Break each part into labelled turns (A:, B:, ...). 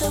A: a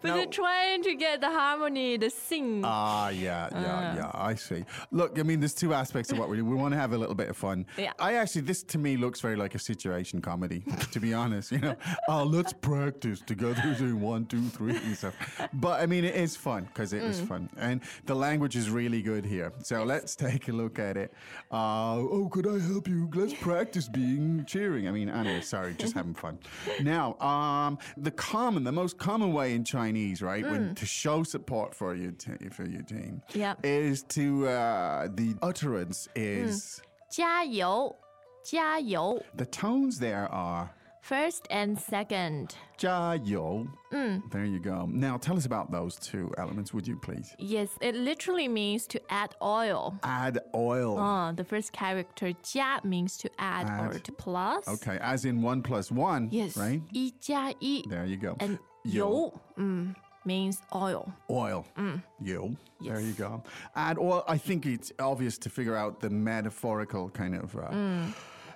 B: 不是
C: No.
B: trying to get the harmony, the sing。
C: Ah, yeah, yeah, yeah. I see. Look, I mean, there's two aspects of what we do. We want to have a little bit of fun.
B: Yeah.
C: I actually, this to me looks very like a situation comedy, to be honest. You know, oh, let's practice together. Do one, two, three, and stuff. But I mean, it is fun because it is fun, and the language is really good here. So let's take a look at it. Uh, oh, could I help you? Let's practice being cheering. I mean, anyway, sorry, just having fun. Now, um, the common, the most common way in Chinese, right, when to show support for your te- for your team,
B: Yep.
C: is to uh, the utterance is
B: Hmm. 加油，加油
C: the tones there are
B: ！First and second，
C: jia yo.
B: Hmm.
C: There you go. Now, tell us about those two elements, would you please?
B: yes, it literally means to add oil.
C: Add oil.
B: Uh, the first character 加 means to add, or
C: Add.
B: to plus.
C: Okay, as in one plus one.
B: Yes.
C: Right.
B: 一加一
C: There you go.
B: and
C: 油
B: 油，嗯，means oil.
C: oil.
B: Mm.
C: You. There you go. And oil, I think it's obvious to figure out the metaphorical kind of. Uh,
B: Mm.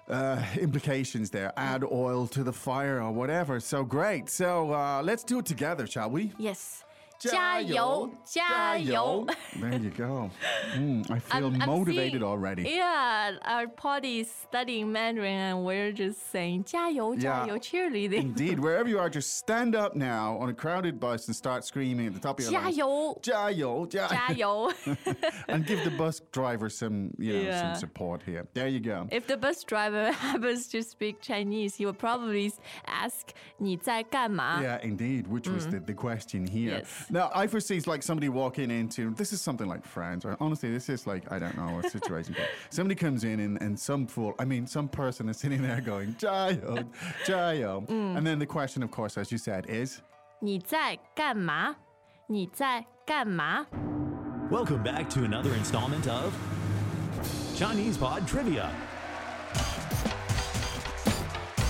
C: Uh, implications there. Add oil to the fire or whatever. So great. So uh, let's do it together, shall we?
B: Yes. 加油，加油
C: There you go. Mm, I feel
B: I'm
C: motivated
B: seeing-
C: already.
B: Yeah, our party is studying Mandarin and we're just saying 加油，加
C: Yeah.
B: 油 cheerleading.
C: Indeed, wherever you are, just stand up now on a crowded bus and start screaming at the top of your
B: 加
C: lungs.
B: 油，
C: Jiao, jiao.
B: 加油
C: and give the bus driver some, you know,
B: Yeah.
C: some support here. There you go.
B: If the bus driver happens to speak Chinese, he will probably ask 你在干嘛
C: Yeah, indeed, which was the, the question here.
B: Mm. Yes.
C: Now, I foresee it's like somebody walking into this is something like France, or honestly, this is like, I don't know, a situation. but somebody comes in and, and some fool, I mean, some person is sitting there going, Jayo, Jayo.
B: Mm.
C: And then the question, of course, as you said, is
B: 你在干嘛？你在干嘛？
D: Welcome back to another installment of Chinese Pod Trivia.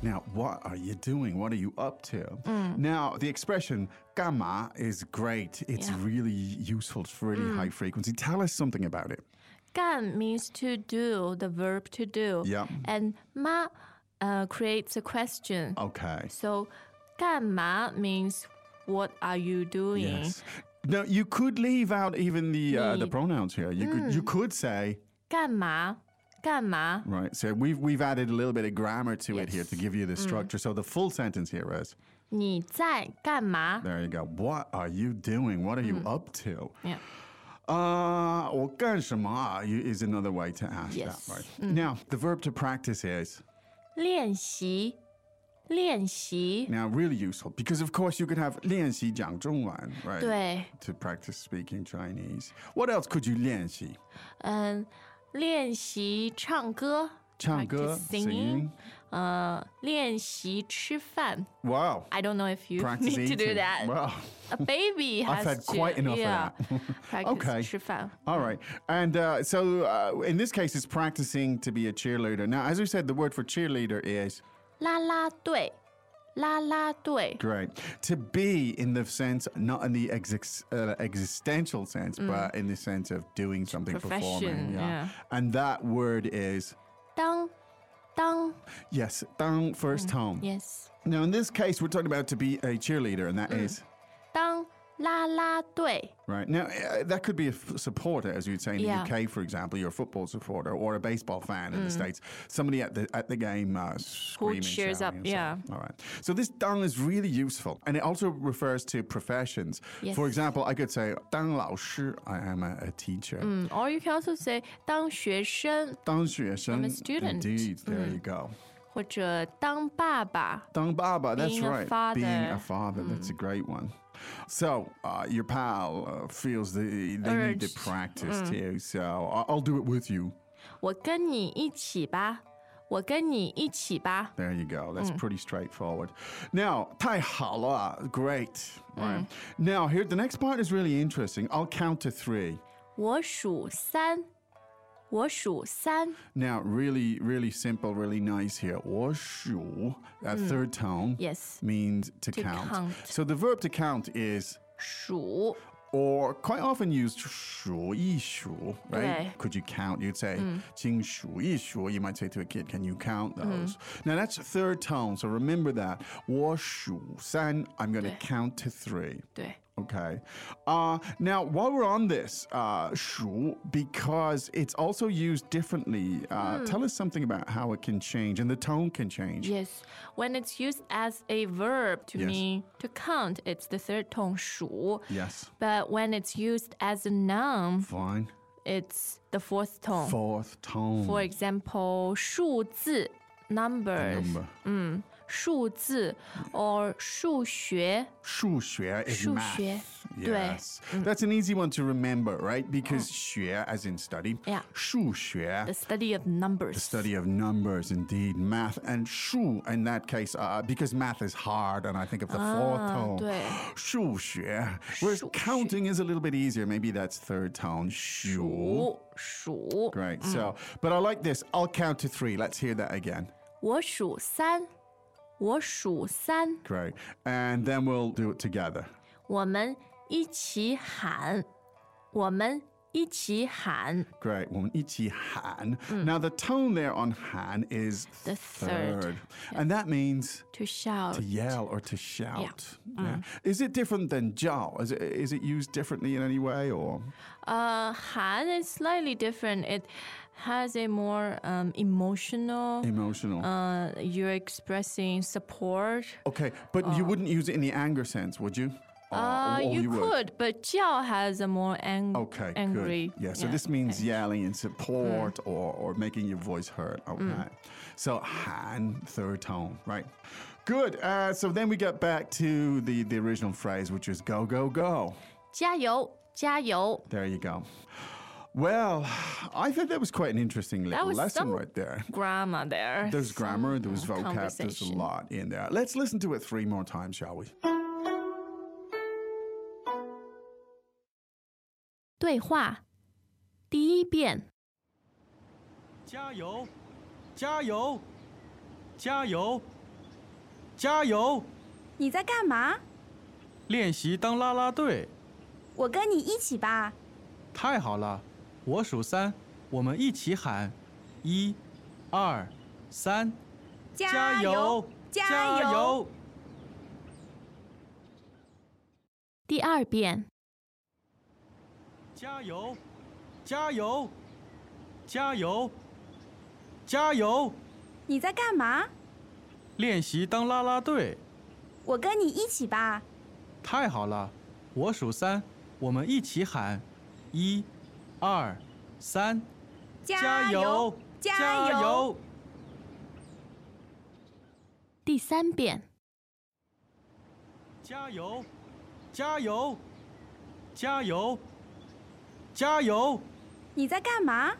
C: Now, what are you doing? What are you up to?
B: Mm.
C: Now, the expression gamma is great. It's
B: Yeah. Mm.
C: really useful. It's really high frequency. Tell us something about it.
B: 干 means to do, the verb to do.
C: Yeah.
B: And 妈 uh, creates a question.
C: Okay.
B: So 干嘛 means what are you doing?
C: Yes. Now, you could leave out even the uh, the
B: Need.
C: pronouns here. You could you
B: Mm.
C: could say
B: 干嘛？干嘛？
C: right. So we've we've added a little bit of grammar to it here
B: Yes. Mm.
C: to give you the structure. So the full sentence here is
B: 你在干嘛？
C: there you go. What are you doing? What are you up to?
B: Mm. Yeah.
C: Uh, 我干什么啊 you- is another way to ask
B: Yes. Mm.
C: that, right? Now, the verb to practice is
B: 练习，练习。
C: Now, really useful because, of course, you could have 练习讲中文, right?
B: 对，
C: To practice speaking Chinese. What else could you 练习?
B: 嗯，练习唱歌，
C: 唱歌,
B: practice singing，呃，练习吃饭。
C: Wow.
B: I don't know if you
C: Practice
B: need to do
C: eating.
B: that.
C: Wow.
B: A baby has
C: I've had
B: to,
C: quite enough of
B: yeah,
C: that.
B: practice
C: Okay.
B: 吃饭。
C: All right. And uh, so, uh, in this case, it's practicing to be a cheerleader. Now, as we said, the word for cheerleader is
B: 啦啦队，啦啦队，
C: great. To be in the sense, not in the exis- uh, existential sense, but in the sense of doing something, performing.
B: Mm. Profession, yeah.
C: And that word is,
B: 当当
C: yes, 当
B: Mm.
C: first tone.
B: ，yes，
C: Now, in this case, we're talking about to be a cheerleader, and that
B: Mm.
C: is
B: 当啦啦队，
C: right. Now, uh, that could be a f- supporter, as you'd say in
B: Yeah. Mm.
C: the UK, for example. You're a football supporter or a baseball fan in the states. Somebody at the at the game uh, screaming,
B: cheers
C: shouting,
B: up,
C: and so on. All right. So this "dang" is really useful, and it also refers to professions.
B: Yes.
C: For example, I could say "dang lao shi," I am a, a teacher.
B: 嗯，or you can also say 当学生
C: "Dang
B: I'm
C: i
B: a student. Mm.
C: Indeed. There you go.
B: 或者当爸爸，
C: Dang Baba, that's
B: Being a
C: right. Being a
B: father. Mm.
C: father, that's a great one. So, uh, your pal uh, feels the, they need to
B: Urged. Mm.
C: practice too, so I'll, I'll do it with you.
B: 我跟你一起吧，我跟你一起吧。
C: There you go.
B: Mm.
C: That's pretty straightforward. Now, tai hala, great.
B: Mm.
C: Right. Now, here the next part is really interesting. I'll count to three.
B: 我数三，我数三，
C: Now, really, really simple, really nice here. 我数, a third tone,
B: Mm. Yes.
C: means to,
B: To count.
C: So the verb to count is
B: 数
C: or quite often used 数一数, right?
B: Right.
C: Could you count? You'd say 经数一数. You might say to a kid, can you count those? Now that's third tone, so remember that. 我数三, I'm going to count to three.
B: 对。
C: Okay. Uh, now, while we're on this, uh, 数, because it's also used differently, uh, tell us something about how it can change and the tone can change.
B: Yes, when it's used as a verb to
C: Yes.
B: mean to count, it's the third tone 数.
C: Yes.
B: But when it's used as a noun,
C: Fine.
B: it's the fourth tone.
C: Fourth tone.
B: For example, 数字
C: The
B: numbers,
C: number.
B: 数字 or 数学
C: 数学 is math.
B: 数学，对。
C: Yes. That's an easy one to remember, right? Because 学 as in study.
B: Oh。 Yeah.
C: 数学
B: the study of numbers.
C: The study of numbers, indeed, math and shu in that case, uh, because math is hard, and I think of the fourth tone.
B: Ah，对。
C: 数学, whereas
B: 数学。
C: counting is a little bit easier. Maybe that's third tone. 数.
B: 数数
C: Great. So, but I like this. I'll count to three. Let's hear that again.
B: 我数三，我数三，我们一起喊，一起喊。
C: Great. And then we'll do it together. Great. 我们一起喊. Now the tone there on 喊 is
B: Mm. The third.
C: and that means
B: to shout.
C: to yell or to shout. Yeah.
B: Uh-huh.
C: Is it different than jiao? Is it is it used differently in any way or?
B: Uh, Han is slightly different. It has a more um, emotional.
C: Emotional.
B: uh, you're expressing support.
C: okay, but you wouldn't use it in the anger sense, would you? Or-
B: Uh,
C: Ah, or
B: you,
C: would?
B: could, but Jiao has a more ang-
C: Okay,
B: angry.
C: good. Yeah, so this means
B: okay. Hmm.
C: yelling in support or, or making your voice heard. Okay. So Han, third tone, right? Good. Uh, so then we get back to the, the original phrase, which is go, go, go.
B: 加油，加油.
C: There you go. Well, I thought that was quite an interesting
B: That
C: little
B: was
C: lesson
B: some
C: right there.
B: Grammar there.
C: There's grammar, there was
B: uh,
C: vocab, there's a
B: conversation.
C: lot in there. Let's listen to it three more times, shall we?
B: 对话第一遍，
E: 加油！加油！加油！加油！
F: 你在干嘛？
E: 练习当啦啦队，
F: 我跟你一起吧。
E: 太好了！我数三，我们一起喊：一、二、三，加油！
F: 加油！！
B: 第二遍，
E: 加油！加油！加油！加油！
F: 你在干嘛？
E: 练习当啦啦队，
F: 我跟你一起吧。
E: 太好了！我数三，我们一起喊：一、二、三，油！
F: 加
E: 加
F: 油！
E: 油！
B: 第三遍，
E: 加油！加油！加油！加油！
F: 你在干嘛？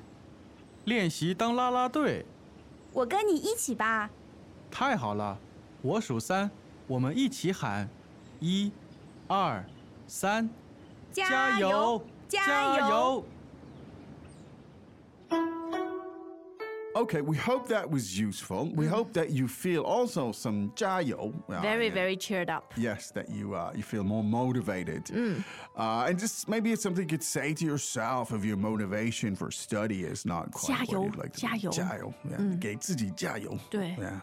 E: 练习当啦啦队，
F: 我跟你一起吧。
E: 太好了！我数三，我们一起喊：一、二、三，油！
F: 加
E: 加
F: 油！
E: 油！
C: Okay, we hope that was useful. We hope that you feel also some jiao. uh,
B: Hmm. very
C: yeah.
B: very cheered up.
C: Yes, that you uh, you feel more motivated, uh, and just maybe it's something you could say to yourself if your motivation for study is not quite what you'd like
B: 加油，
C: to do.
B: 加油。
C: 加油, yeah, 给自己加油.
B: 对。
C: Yeah.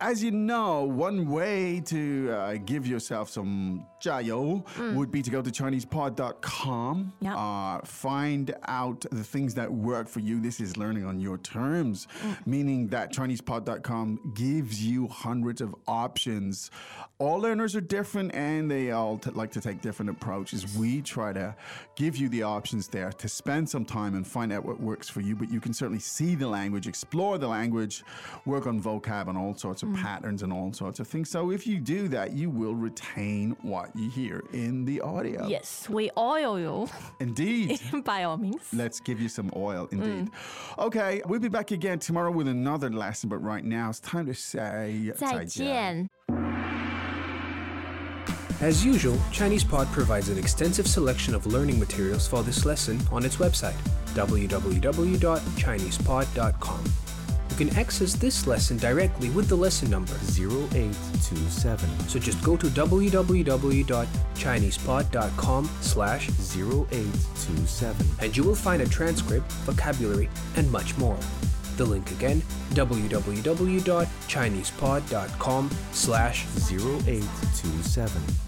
C: As you know, one way to uh, give yourself some 加油 would be to go to ChinesePod.com,
B: Yeah.
C: uh, find out the things that work for you. This is learning on your terms, meaning that ChinesePod.com gives you hundreds of options. All learners are different and they all t- like to take different approaches. We try to give you the options there to spend some time and find out what works for you, but you can certainly see the language, explore the language, work on vocab and all sorts of patterns and all sorts of things. So if you do that, you will retain what you hear in the audio.
B: Yes, we oil you
C: Indeed.
B: by all means.
C: Let's give you some oil, indeed. Okay, we'll be back again back tomorrow with another lesson, but right now it's time to say
B: 再见。
G: As usual, ChinesePod provides an extensive selection of learning materials for this lesson on its website, www.chinesepod.com. You can access this lesson directly with the lesson number,
H: 0827
G: so just go to www.chinesepod.com slash
H: 0827
G: and you will find a transcript, vocabulary, and much more. The link again, www.chinesepod.com slash
H: 0827